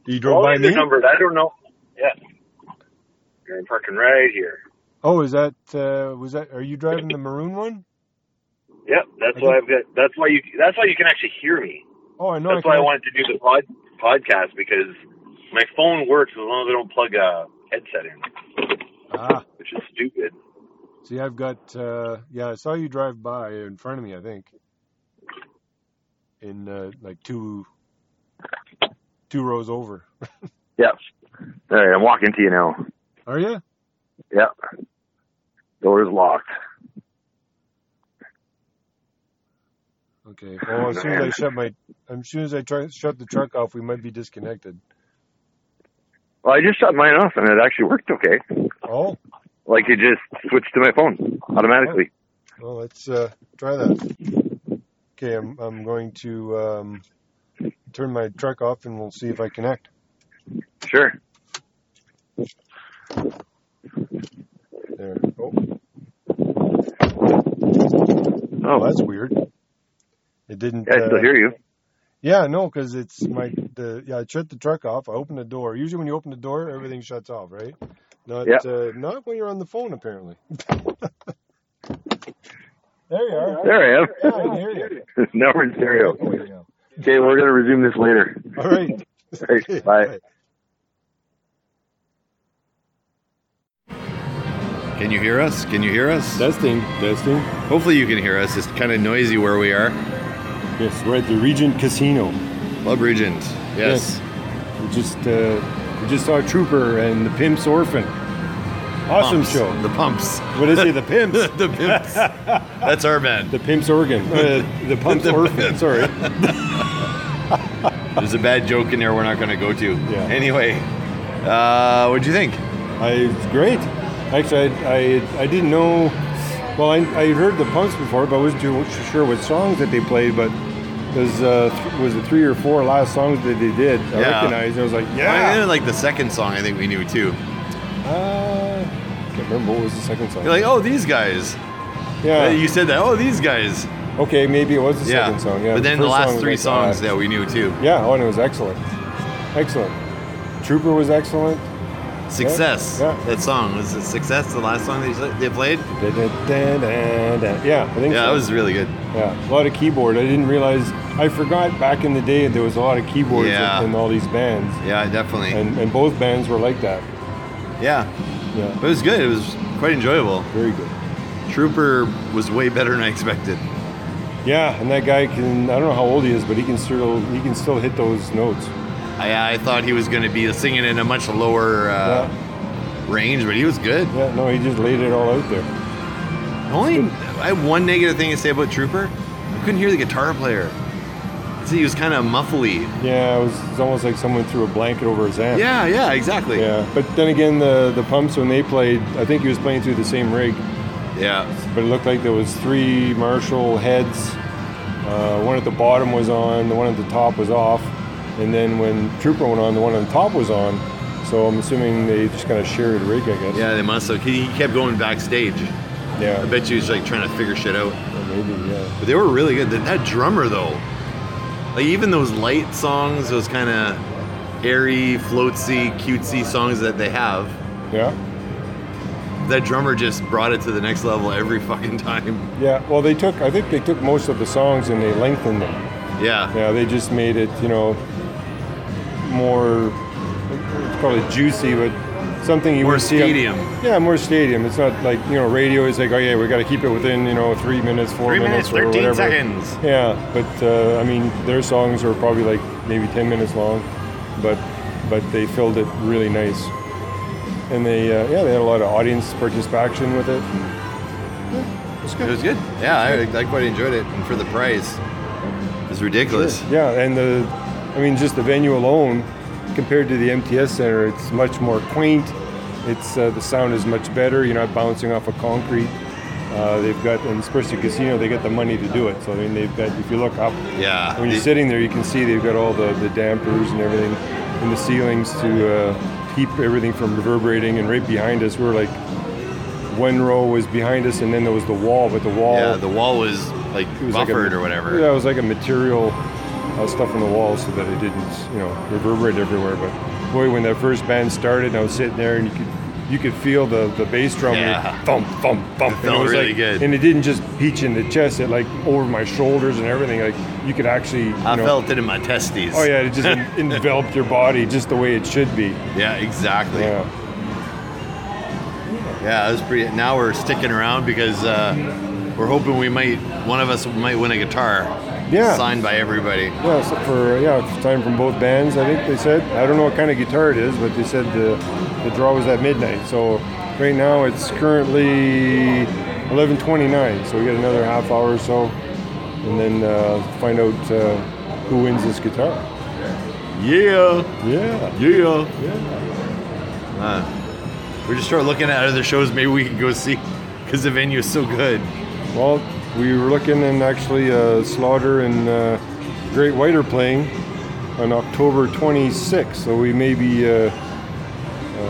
Speaker 1: You drove
Speaker 2: All
Speaker 1: by
Speaker 2: these are
Speaker 1: me.
Speaker 2: numbered. I don't know. Yeah. You're parking right here.
Speaker 1: Oh, is that uh, was that? Are you driving the maroon one?
Speaker 2: Yep, that's why I've got. That's why you. That's why you can actually hear me.
Speaker 1: Oh, I know.
Speaker 2: That's
Speaker 1: I
Speaker 2: why I
Speaker 1: can,
Speaker 2: wanted to do the pod, podcast because my phone works as long as I don't plug a headset in,
Speaker 1: Ah,
Speaker 2: which is stupid.
Speaker 1: see, I've got. Uh, yeah, I saw you drive by in front of me. I think in uh, like two two rows over.
Speaker 2: Yep. All right, I'm walking to you now.
Speaker 1: Are you?
Speaker 2: Yep. Door's locked.
Speaker 1: Okay. Well, as soon as I shut my, as soon as I try, shut the truck off, we might be disconnected.
Speaker 3: Well, I just shut mine off and it actually worked okay.
Speaker 1: Oh,
Speaker 3: Like it just switched to my phone automatically.
Speaker 1: well, let's uh, try that. Okay, I'm I'm going to um, turn my truck off, and we'll see if I connect.
Speaker 3: Sure.
Speaker 1: There. Oh,
Speaker 3: Oh,
Speaker 1: well, that's weird. It didn't.
Speaker 3: yeah, Oh, I still
Speaker 1: uh,
Speaker 3: hear you.
Speaker 1: Yeah, no, because it's my the yeah. I shut the truck off. I open the door. Usually, when you open the door, everything shuts off, right? Not
Speaker 3: Yeah.
Speaker 1: uh, not when you're on the phone, apparently. *laughs* there you are.
Speaker 3: There I
Speaker 1: Yeah,
Speaker 3: am. *laughs*
Speaker 1: I can hear you.
Speaker 3: now we're in stereo.
Speaker 1: There you go.
Speaker 3: Okay, we're gonna resume this later.
Speaker 1: All right. *laughs*
Speaker 3: Right, bye.
Speaker 4: Can you hear us? Can you hear us?
Speaker 1: Testing, testing.
Speaker 4: Hopefully you can hear us. It's kind of noisy where we are.
Speaker 1: Yes, we're at the Regent Casino.
Speaker 4: Club Regent. Yes.
Speaker 1: We just uh, we just saw Trooper and the Pimps Orphan. Awesome
Speaker 4: Pumps.
Speaker 1: show.
Speaker 4: The pumps. *laughs*
Speaker 1: What is it? The Pimps.
Speaker 4: the pimps. That's our band.
Speaker 1: The Pimps Organ. Uh, the Pumps
Speaker 4: The
Speaker 1: Orphan.
Speaker 4: Pimps.
Speaker 1: Sorry.
Speaker 4: There's a bad joke in there we're not going to go to.
Speaker 1: Yeah.
Speaker 4: Anyway, uh, what'd you think?
Speaker 1: I, it's great. Actually, I, I, I didn't know. Well, I, I heard the Pumps before, but I wasn't too sure what songs that they played. But there's uh, th- was it three or four last songs that they did.
Speaker 4: Yeah.
Speaker 1: I
Speaker 4: Oh,
Speaker 1: recognized. I was like,
Speaker 4: I
Speaker 1: yeah.
Speaker 4: mean, like the second song, I think we knew too.
Speaker 1: Uh, can't remember what was the second song.
Speaker 4: You're like, oh, these guys.
Speaker 1: yeah.
Speaker 4: You said that. Oh, these guys.
Speaker 1: okay, maybe it was the second song. Yeah.
Speaker 4: But then the,
Speaker 1: first song
Speaker 4: last
Speaker 1: was
Speaker 4: three
Speaker 1: like,
Speaker 4: songs
Speaker 1: ah.
Speaker 4: that we knew too.
Speaker 1: Yeah, oh, and it was excellent. Excellent. Trooper was excellent.
Speaker 4: Success.
Speaker 1: yeah.
Speaker 4: That song was it success. The last song they, s- they played.
Speaker 1: Da-da-da-da-da. Yeah, I think
Speaker 4: Yeah,
Speaker 1: so.
Speaker 4: that was really good.
Speaker 1: yeah, a lot of keyboard. I didn't realize. I forgot back in the day there was a lot of keyboards
Speaker 4: Yeah.
Speaker 1: in, in all these bands,
Speaker 4: Yeah, definitely.
Speaker 1: and, and both bands were like that.
Speaker 4: yeah,
Speaker 1: Yeah,
Speaker 4: but it was good. It was quite enjoyable.
Speaker 1: very good.
Speaker 4: Trooper was way better than I expected.
Speaker 1: Yeah, and that guy can. I don't know how old he is, but he can still he can still hit those notes.
Speaker 4: I, I thought he was going to be singing in a much lower uh, range, but he was good.
Speaker 1: Yeah, yeah, no, he just laid it all out there.
Speaker 4: Only I have one negative thing to say about Trooper. I couldn't hear the guitar player. See, he was kind of muffly.
Speaker 1: Yeah, it was, it's almost like someone threw a blanket over his amp.
Speaker 4: Yeah, yeah, exactly.
Speaker 1: Yeah, but then again, the the pumps when they played, I think he was playing through the same rig,
Speaker 4: yeah.
Speaker 1: but it looked like there was three Marshall heads. Uh, one at the bottom was on, the one at the top was off, and then when Trooper went on, the one on the top was on. So I'm assuming they just kind of shared a rig, I guess.
Speaker 4: Yeah, they must have. He he kept going backstage. I
Speaker 1: Yeah.
Speaker 4: bet you he was like trying to figure shit out.
Speaker 1: Or Maybe. Yeah.
Speaker 4: But they were really good. That, that drummer though, like even those light songs, those kind of airy, floatsy, cutesy songs that they have,
Speaker 1: Yeah.
Speaker 4: that drummer just brought it to the next level every *laughs* fucking time.
Speaker 1: Yeah. Well, they took. I think they took most of the songs and they lengthened them.
Speaker 4: Yeah,
Speaker 1: Yeah, they just made it, you know, more. It's called it juicy, but something you
Speaker 4: More
Speaker 1: would see on-
Speaker 4: stadium.
Speaker 1: yeah, more stadium. It's not like you know, radio is like, oh yeah, we got to keep it within you know three minutes, four
Speaker 4: three minutes,
Speaker 1: or
Speaker 4: thirteen
Speaker 1: whatever.
Speaker 4: seconds.
Speaker 1: Yeah, but uh, I mean, their songs are probably like maybe ten minutes long, but but they filled it really nice, and they uh, yeah, they had a lot of audience participation with it.
Speaker 4: It was good. Yeah, I, I quite enjoyed it, and for the price, it was ridiculous.
Speaker 1: Yeah, and the, I mean, just the venue alone, compared to the MTS Center, it's much more quaint. It's uh, the sound is much better. You're not bouncing off of concrete. Uh, they've got, and especially casino, they got the money to do it. So I mean, they've got. If you look up,
Speaker 4: Yeah,
Speaker 1: when you're
Speaker 4: the-
Speaker 1: sitting there, you can see they've got all the the dampers and everything in the ceilings to uh, keep everything from reverberating. And right behind us, we were like. One row was behind us, and then there was the wall, but the wall
Speaker 4: yeah, the wall was like
Speaker 1: it was
Speaker 4: buffered
Speaker 1: like a,
Speaker 4: or whatever.
Speaker 1: Yeah, it was like a material uh, stuff on the wall so that it didn't, you know, reverberate everywhere. But boy, when that first band started, and I was sitting there, and you could you could feel the the bass drum
Speaker 4: Yeah.
Speaker 1: thump thump thump. and
Speaker 4: felt
Speaker 1: it was
Speaker 4: really
Speaker 1: like,
Speaker 4: good.
Speaker 1: And it didn't just peach in the chest; it like over my shoulders and everything. Like you could actually, you
Speaker 4: I
Speaker 1: know,
Speaker 4: felt it in my testes.
Speaker 1: oh yeah, it just en- enveloped your body just the way it should be.
Speaker 4: yeah, exactly.
Speaker 1: Yeah.
Speaker 4: Yeah, it was pretty. Now we're sticking around because uh, we're hoping we might one of us might win a guitar.
Speaker 1: Yeah.
Speaker 4: Signed by everybody.
Speaker 1: Yeah, so for yeah, it's time from both bands. I think they said I don't know what kind of guitar it is, but they said the the draw was at midnight. So right now it's currently 11:29. So we got another half hour or so, and then uh, find out uh, who wins this guitar.
Speaker 4: Yeah,
Speaker 1: Yeah,
Speaker 4: yeah.
Speaker 1: yeah.
Speaker 4: Uh, we just start looking at other shows. Maybe we can go see because the venue is so good.
Speaker 1: Well, we were looking, and actually, uh, Slaughter and uh, Great White are playing on October 26th, so we may be uh, uh,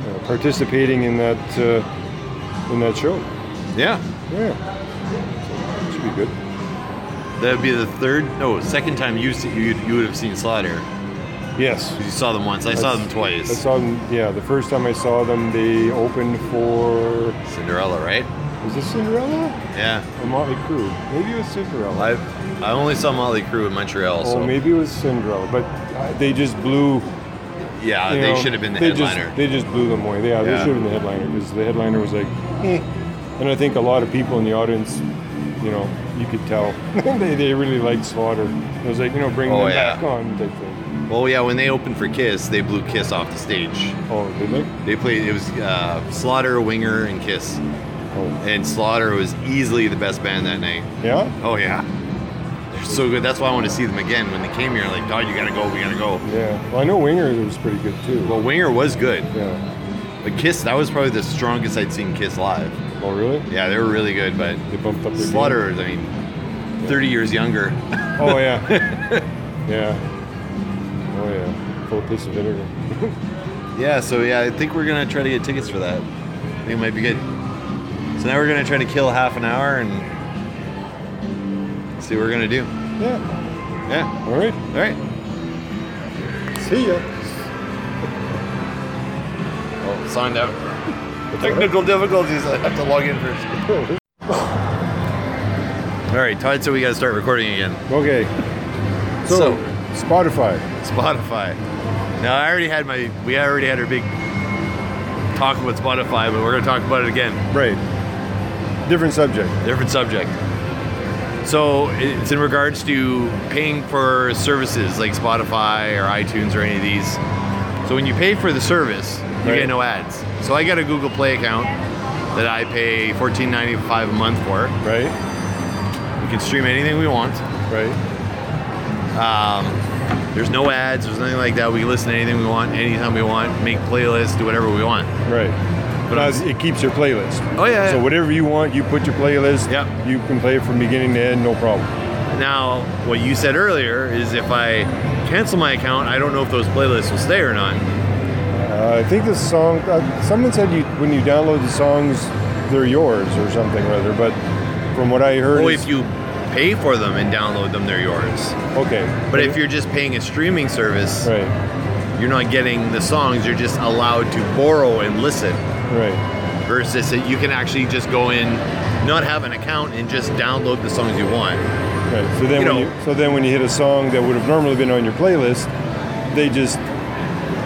Speaker 1: uh, participating in that uh, in that show.
Speaker 4: Yeah,
Speaker 1: Yeah, so, should be good.
Speaker 4: that would be the third, no, second time you see, you you would have seen Slaughter.
Speaker 1: Yes.
Speaker 4: You saw them once. I saw them
Speaker 1: I
Speaker 4: twice.
Speaker 1: saw them. Yeah, the first time I saw them, they opened for
Speaker 4: Cinderella, right?
Speaker 1: was this Cinderella
Speaker 4: Yeah.
Speaker 1: or Motley Crue? Maybe it was Cinderella.
Speaker 4: I I only saw Motley Crue in Montreal, so
Speaker 1: Oh, maybe it was Cinderella, but uh, they just blew.
Speaker 4: yeah,
Speaker 1: you
Speaker 4: Uh, they
Speaker 1: know,
Speaker 4: should have been the
Speaker 1: they
Speaker 4: headliner.
Speaker 1: Just, they just blew them away. Yeah, they
Speaker 4: Yeah.
Speaker 1: should have been the headliner because the headliner was like, eh. and I think a lot of people in the audience, you know, you could tell *laughs* they, they really liked Slaughter. It was like you know, bring
Speaker 4: Oh,
Speaker 1: them
Speaker 4: yeah.
Speaker 1: back on type thing.
Speaker 4: well, yeah, when they opened for Kiss, they blew Kiss off the stage.
Speaker 1: Oh, did they?
Speaker 4: They played it was uh, Slaughter, Winger, and Kiss,
Speaker 1: Oh,
Speaker 4: and Slaughter was easily the best band that night.
Speaker 1: yeah,
Speaker 4: Oh yeah, they're so good. That's why I want to see them again. When they came here, like, God, you gotta go, we gotta go.
Speaker 1: yeah. Well, I know Winger was pretty good too.
Speaker 4: Well, Winger was good,
Speaker 1: yeah.
Speaker 4: but Kiss that was probably the strongest I'd seen Kiss live.
Speaker 1: Oh, really?
Speaker 4: Yeah, they were really good, but
Speaker 1: They bumped up their game?
Speaker 4: Slaughter, I mean, 30 years younger. *laughs*
Speaker 1: Oh, yeah. yeah. Oh, yeah. Full of piece of vinegar.
Speaker 4: Yeah, so yeah, I think we're gonna try to get tickets for that. I think it might be good. So now we're gonna try to kill half an hour and see what we're gonna do.
Speaker 1: Yeah.
Speaker 4: Yeah.
Speaker 1: All right.
Speaker 4: All right.
Speaker 1: See ya.
Speaker 4: Well, signed out. Technical difficulties. I have to log in first.
Speaker 1: *laughs*
Speaker 4: All right, Todd. So we gotta start recording again.
Speaker 1: okay. So,
Speaker 4: So-
Speaker 1: Spotify.
Speaker 4: Spotify. Now I already had my. We already had our big talk about Spotify, but we're gonna talk about it again.
Speaker 1: Right. Different subject.
Speaker 4: different subject. So it's in regards to paying for services like Spotify or iTunes or any of these. So when you pay for the service, you
Speaker 1: Right.
Speaker 4: get no ads. So I got a Google Play account that I pay $14.95 a month for.
Speaker 1: Right.
Speaker 4: We can stream anything we want.
Speaker 1: Right.
Speaker 4: Um, there's no ads. There's nothing like that. We can listen to anything we want, anytime we want, make playlists, do whatever we want.
Speaker 1: Right.
Speaker 4: But
Speaker 1: But
Speaker 4: on-
Speaker 1: it keeps your playlist.
Speaker 4: oh yeah. yeah.
Speaker 1: So whatever you want, you put your playlist.
Speaker 4: Yep.
Speaker 1: You can play it from beginning to end, no problem.
Speaker 4: Now, what you said earlier is if I cancel my account, I don't know if those playlists will stay or not.
Speaker 1: Uh, I think the song. Uh, someone said you when you download the songs, they're yours or something or other. But from what I heard,
Speaker 4: Or
Speaker 1: is-
Speaker 4: if you pay for them and download them, they're yours.
Speaker 1: okay,
Speaker 4: But if you're just paying a streaming service,
Speaker 1: right,
Speaker 4: you're not getting the songs. You're just allowed to borrow and listen.
Speaker 1: right,
Speaker 4: Versus that you can actually just go in, not have an account, and just download the songs you want.
Speaker 1: right. So then,
Speaker 4: You
Speaker 1: when
Speaker 4: know-
Speaker 1: you, so then when you hit a song that would have normally been on your playlist, they just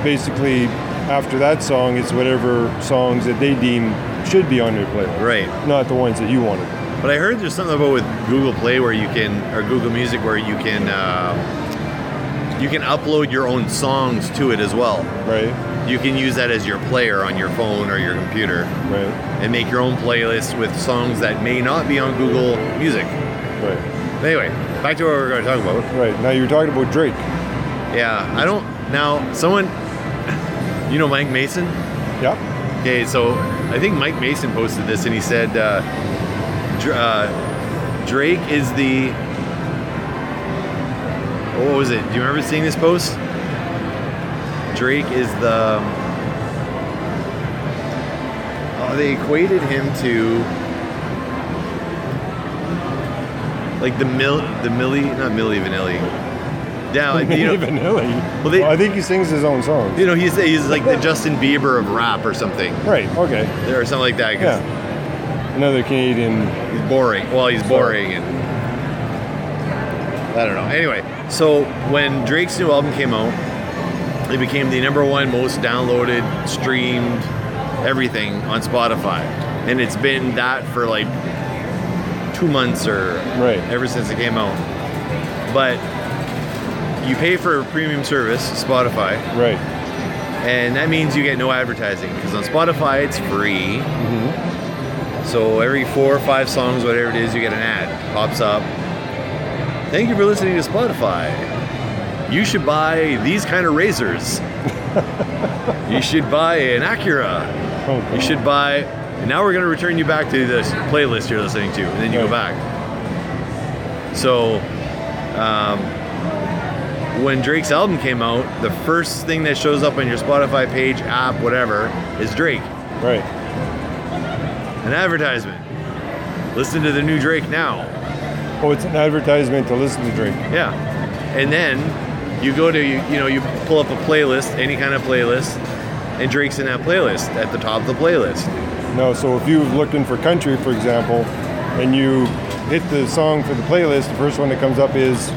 Speaker 1: basically after that song, it's whatever songs that they deem should be on your playlist,
Speaker 4: Right.
Speaker 1: Not the ones that you wanted.
Speaker 4: But I heard there's something about with Google Play where you can, or Google Music where you can, uh, you can upload your own songs to it as well.
Speaker 1: Right,
Speaker 4: You can use that as your player on your phone or your computer
Speaker 1: right,
Speaker 4: and make your own playlist with songs that may not be on Google Music.
Speaker 1: right,
Speaker 4: Anyway, back to what we were going to talk about.
Speaker 1: right. Now you're talking about Drake.
Speaker 4: Yeah, I don't. Now, someone. *laughs* You know Mike Mason?
Speaker 1: Yeah.
Speaker 4: Okay, so I think Mike Mason posted this and he said uh, Dr- uh, Drake is the. What was it? Do you remember seeing this post? Drake is the. um, Oh, they equated him to. Like the Mill, the Millie, not Millie Vanilli. Yeah, like,
Speaker 1: *laughs*
Speaker 4: you know,
Speaker 1: Vanilla.
Speaker 4: Well, they-
Speaker 1: Well, I think he sings his own songs.
Speaker 4: you know, he's he's like the Justin Bieber of rap or something,
Speaker 1: Right. Okay.
Speaker 4: or something like that. 'cause
Speaker 1: Yeah. Another Canadian.
Speaker 4: He's boring. Well, he's boring and I don't know. Anyway, so when Drake's new album came out, it became the number one most downloaded, streamed, everything on Spotify, and it's been that for like two months or
Speaker 1: Right.
Speaker 4: ever since it came out. But you pay for a premium service, Spotify,
Speaker 1: Right.
Speaker 4: and that means you get no advertising because on Spotify it's free.
Speaker 1: Mm-hmm.
Speaker 4: So every four or five songs, whatever it is, you get an ad pops up. Thank you for listening to Spotify. You should buy these kind of razors. you should buy an Acura.
Speaker 1: Oh,
Speaker 4: You
Speaker 1: God.
Speaker 4: should buy. And now we're going to return you back to this playlist you're listening to, and then you go back. So, um, when Drake's album came out, the first thing that shows up on your Spotify page, app, whatever, is Drake,
Speaker 1: Right.
Speaker 4: an advertisement. Listen to the new Drake now.
Speaker 1: Oh, it's an advertisement to listen to Drake.
Speaker 4: Yeah. And then you go to, you, you know, you pull up a playlist, any kind of playlist, and Drake's in that playlist at the top of the playlist.
Speaker 1: No, so if you're looking for country, for example, and you hit the song for the playlist, the first one that comes up is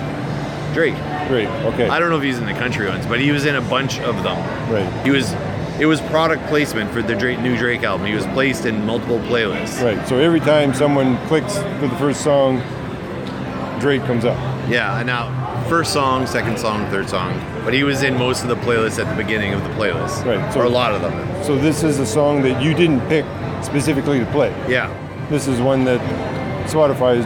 Speaker 4: Drake.
Speaker 1: Drake. Okay.
Speaker 4: I don't know if he's in the country ones, but he was in a bunch of them.
Speaker 1: Right.
Speaker 4: He was it was product placement for the Drake, new Drake album. He was placed in multiple playlists.
Speaker 1: Right. So every time someone clicks for the first song, Drake comes up.
Speaker 4: Yeah, and now first song, second song, third song. But he was in most of the playlists at the beginning of the playlist.
Speaker 1: Right, so-
Speaker 4: or a lot of them.
Speaker 1: So this is a song that you didn't pick specifically to play.
Speaker 4: Yeah.
Speaker 1: This is one that Spotify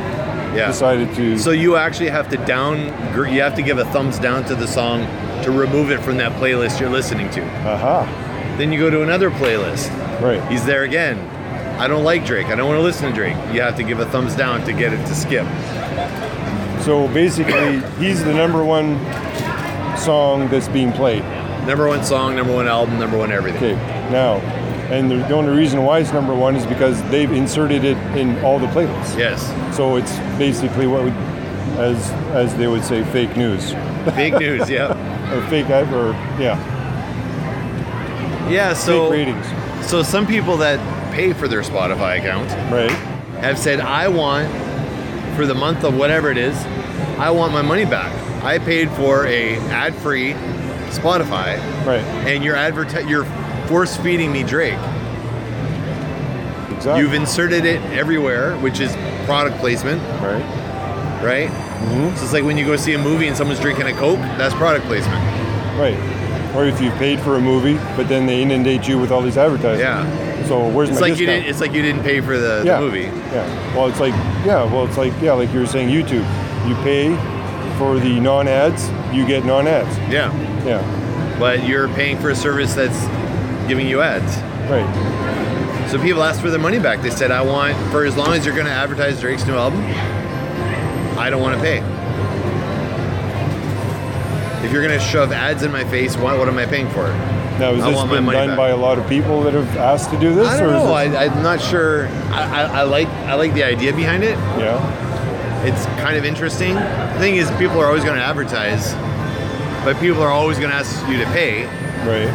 Speaker 4: Yeah.
Speaker 1: decided to.
Speaker 4: so you actually have to down gr- you have to give a thumbs down to the song to remove it from that playlist you're listening to.
Speaker 1: aha.
Speaker 4: Then you go to another playlist.
Speaker 1: Right.
Speaker 4: He's there again. I don't like Drake. I don't want to listen to Drake. You have to give a thumbs down to get it to skip.
Speaker 1: So basically, he's the number one song that's being played.
Speaker 4: Number one song, number one album, number one everything.
Speaker 1: Okay. Now, and the the only reason why it's number one is because they've inserted it in all the playlists.
Speaker 4: Yes.
Speaker 1: So it's basically what would, as as they would say, fake news
Speaker 4: Big news, yeah.
Speaker 1: or fake ad- or yeah,
Speaker 4: Yeah,
Speaker 1: fake
Speaker 4: so
Speaker 1: ratings.
Speaker 4: so some people that pay for their Spotify account
Speaker 1: Right.
Speaker 4: have said I want for the month of whatever it is, I want my money back. I paid for a ad-free Spotify
Speaker 1: Right.
Speaker 4: and you're adverti- you're force feeding me Drake.
Speaker 1: Exactly.
Speaker 4: You've inserted it everywhere, which is product placement,
Speaker 1: right.
Speaker 4: right?
Speaker 1: hmm
Speaker 4: So it's like when you go see a movie and someone's drinking a Coke, that's product placement.
Speaker 1: Right. Or if you paid for a movie, but then they inundate you with all these advertisements.
Speaker 4: Yeah.
Speaker 1: So where's
Speaker 4: It's
Speaker 1: my
Speaker 4: like you
Speaker 1: discount?
Speaker 4: didn't it's like you didn't pay for the,
Speaker 1: yeah.
Speaker 4: the movie.
Speaker 1: Yeah. Well, it's like yeah. Well, it's like yeah. Like you were saying, YouTube. You pay for the non-ads, you get non-ads.
Speaker 4: Yeah.
Speaker 1: Yeah.
Speaker 4: but you're paying for a service that's giving you ads.
Speaker 1: Right.
Speaker 4: So people asked for their money back. They said, I want, for as long as you're going to advertise Drake's new album, I don't want to pay. If you're going to shove ads in my face, what, what am I paying for?
Speaker 1: Now, has
Speaker 4: I
Speaker 1: this
Speaker 4: want my
Speaker 1: been
Speaker 4: money
Speaker 1: done
Speaker 4: back.
Speaker 1: by a lot of people that have asked to do this?
Speaker 4: I
Speaker 1: or
Speaker 4: don't
Speaker 1: is
Speaker 4: know.
Speaker 1: This,
Speaker 4: I, I'm not sure. I, I, I like I like the idea behind it.
Speaker 1: yeah.
Speaker 4: It's kind of interesting. The thing is, people are always going to advertise, but people are always going to ask you to pay.
Speaker 1: Right.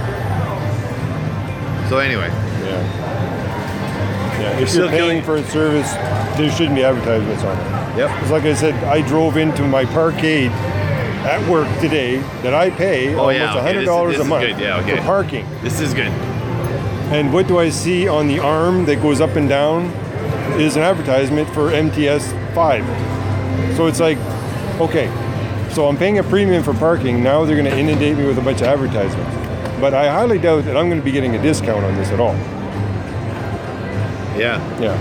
Speaker 4: So anyway,
Speaker 1: Yeah. Yeah. If
Speaker 4: Still
Speaker 1: you're
Speaker 4: killing-
Speaker 1: paying for a service, there shouldn't be advertisements on it.
Speaker 4: yep.
Speaker 1: Because like I said, I drove into my parkade at work today that I pay
Speaker 4: Oh,
Speaker 1: almost
Speaker 4: yeah, okay,
Speaker 1: $100
Speaker 4: this
Speaker 1: a
Speaker 4: is- this is
Speaker 1: month
Speaker 4: good, yeah, okay.
Speaker 1: for parking.
Speaker 4: This is good.
Speaker 1: And what do I see on the arm that goes up and down is an advertisement for MTS 5. So it's like, okay, so I'm paying a premium for parking. Now they're going to inundate me with a bunch of advertisements. But I highly doubt that I'm going to be getting a discount on this at all.
Speaker 4: Yeah.
Speaker 1: Yeah.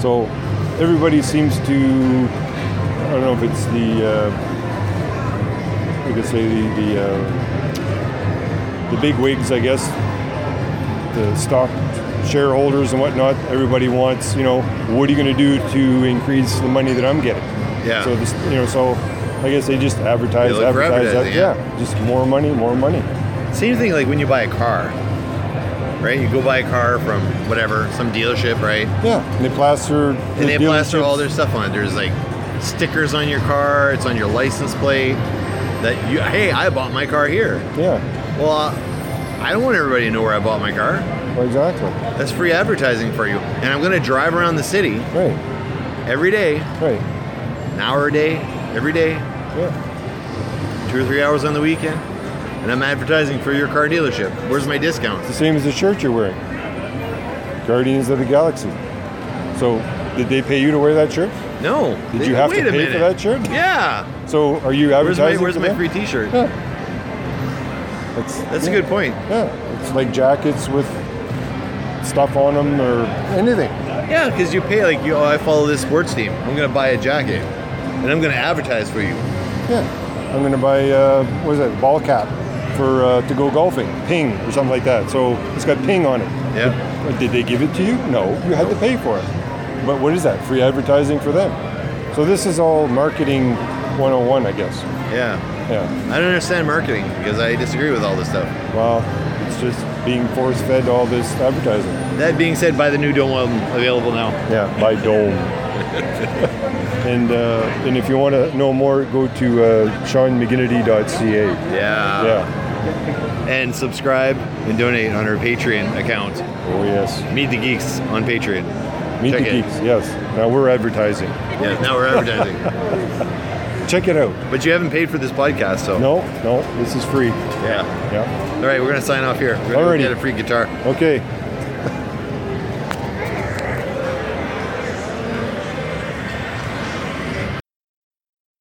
Speaker 1: So everybody seems to, I don't know if it's the, uh, we could say the the, uh, the big wigs, I guess, the stock shareholders and whatnot. Everybody wants, you know, what are you going to do to increase the money that I'm getting?
Speaker 4: Yeah.
Speaker 1: So this, you know, so I guess they just advertise,
Speaker 4: They look for
Speaker 1: advertise, ad-
Speaker 4: advertising,
Speaker 1: yeah.
Speaker 4: yeah.
Speaker 1: just more money, more money.
Speaker 4: Same thing like when you buy a car, right? You go buy a car from whatever, some dealership, right?
Speaker 1: Yeah. And they plaster.
Speaker 4: And they plaster all their stuff on it. There's like stickers on your car, it's on your license plate. That you, hey, I bought my car here.
Speaker 1: Yeah.
Speaker 4: Well, uh, I don't want everybody to know where I bought my car.
Speaker 1: Exactly.
Speaker 4: That's free advertising for you. And I'm going to drive around the city
Speaker 1: Right.
Speaker 4: every day,
Speaker 1: Right.
Speaker 4: an hour a day, every day,
Speaker 1: Yeah.
Speaker 4: two or three hours on the weekend. And I'm advertising for your car dealership. Where's my discount?
Speaker 1: the same as the shirt you're wearing. Guardians of the Galaxy. So, did they pay you to wear that shirt?
Speaker 4: No.
Speaker 1: Did
Speaker 4: They-
Speaker 1: you have
Speaker 4: wait
Speaker 1: to
Speaker 4: a
Speaker 1: pay for
Speaker 4: minute.
Speaker 1: that shirt?
Speaker 4: Yeah.
Speaker 1: So, are you
Speaker 4: Where's my
Speaker 1: advertising?
Speaker 4: Where's
Speaker 1: to
Speaker 4: my
Speaker 1: them?
Speaker 4: free T-shirt?
Speaker 1: Yeah. That's,
Speaker 4: That's
Speaker 1: yeah,
Speaker 4: a good point.
Speaker 1: Yeah, it's like jackets with stuff on them or anything.
Speaker 4: Yeah, because you pay like you. Oh, I follow this sports team. I'm gonna buy a jacket, and I'm gonna advertise for you.
Speaker 1: Yeah, I'm gonna buy uh, what is that ball cap for uh, to go golfing, ping or something like that. So it's got ping on it.
Speaker 4: Yeah,
Speaker 1: Did they give it to you? No, you had to pay for it. But what is that? Free advertising for them. So this is all marketing 101, I guess.
Speaker 4: yeah.
Speaker 1: Yeah.
Speaker 4: I don't understand marketing because I disagree with all this stuff.
Speaker 1: Well, it's just being force-fed all this advertising.
Speaker 4: That being said, buy the new Dome album available now.
Speaker 1: Yeah,
Speaker 4: *laughs*
Speaker 1: by Dome. and uh, and if you want to know more, go to uh, SeanMcGinnity.ca.
Speaker 4: Yeah.
Speaker 1: Yeah.
Speaker 4: And subscribe and donate on our Patreon account.
Speaker 1: Oh yes.
Speaker 4: Meet the Geeks on Patreon.
Speaker 1: Meet
Speaker 4: Check
Speaker 1: the
Speaker 4: it.
Speaker 1: geeks. Yes. Now we're advertising.
Speaker 4: Yeah, now we're *laughs* advertising.
Speaker 1: Check it out.
Speaker 4: but you haven't paid for this podcast, so
Speaker 1: No, no, this is free.
Speaker 4: yeah.
Speaker 1: Yeah.
Speaker 4: All right, we're gonna sign off here. We're gonna go
Speaker 1: Alrighty.
Speaker 4: get a free guitar.
Speaker 1: Okay.